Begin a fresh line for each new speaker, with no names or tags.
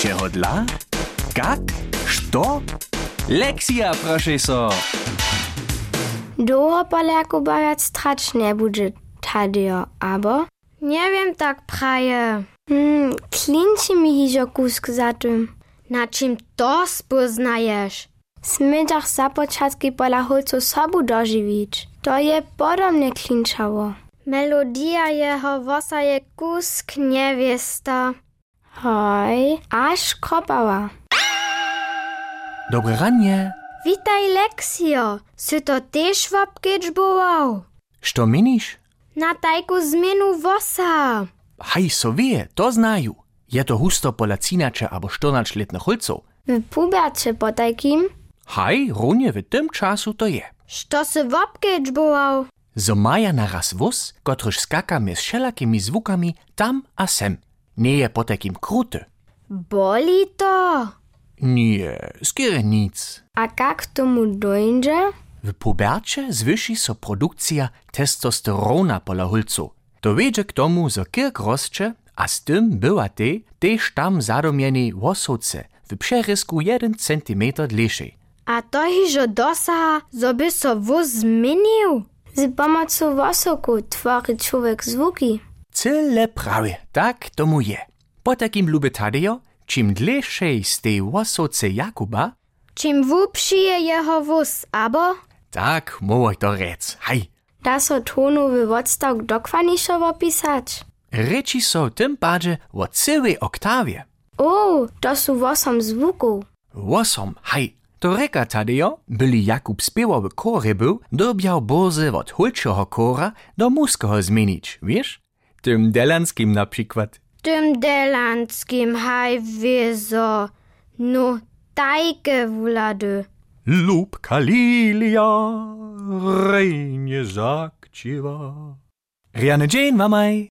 Чего для? Как? Что? Lekcja, proszę so.
Dobra Jakubowiec tracznie budżet Tadio, abo? Nie wiem tak praje. Hmm, klinci mi hizio kusk za tym. Na czym to spoznajesz? Smydziach za początki pola hulcu sobu dożywić. To je podobnie klinczało. Melodia jeho vosa je kusk niewiesta. Hoj, aż kopała.
Dobre ranie.
Witaj, Leksio. Sy to ty szwabkieć bołał?
Что миниш?
Na tajku zmienu wosa.
Haj, so wie, to znaju. Je to husto pola cinače abo štonačletnih hulcov.
W pubercie po takim?
Haj, runje v tem času to je.
Što sy wobkieć bołał?
So maja naraz wóz, kotryż skaka z wszelakimi zwukami tam a sem. Nie je po takim kruty.
Boli to.
Nie, skiery nic.
A jak tomu dojdzie?
W pubercie zwyši so produkcja testosterona pola hulcu. To wiedzie k tomu, że kirk rozcze, a z tym była te, też tam zadomieni łosoce, w przerysku 1 cm dlejszej.
A to hižo dosaha, zo by so vos zmienil. Z pomocą wosoku tworzy człowiek zwuki.
Cyle prawie, tak tomu je. Po takim lubię Tadejo, czym dlejszej z tej łosoce Jakuba,
Czym głupszy je jeho wóz, abo?
tak mogę to rec, haj.
Da so tonu w odstawk dokładniejszowo pisać.
Reči so tym bardziej o całej oktawie.
O, to są wosom zwuku.
Łosom, haj, to reka Tadejo, byli Jakub spiewał w kory był, dobiał bozy od hulczego kora do muskiego zmienić, wiesz? Tym delanskim na przykład.
Tym delanskim hajwizo. No, tajke wulady.
Lub kalilia, rejnie zakciwa. Riany dzień, mamaj!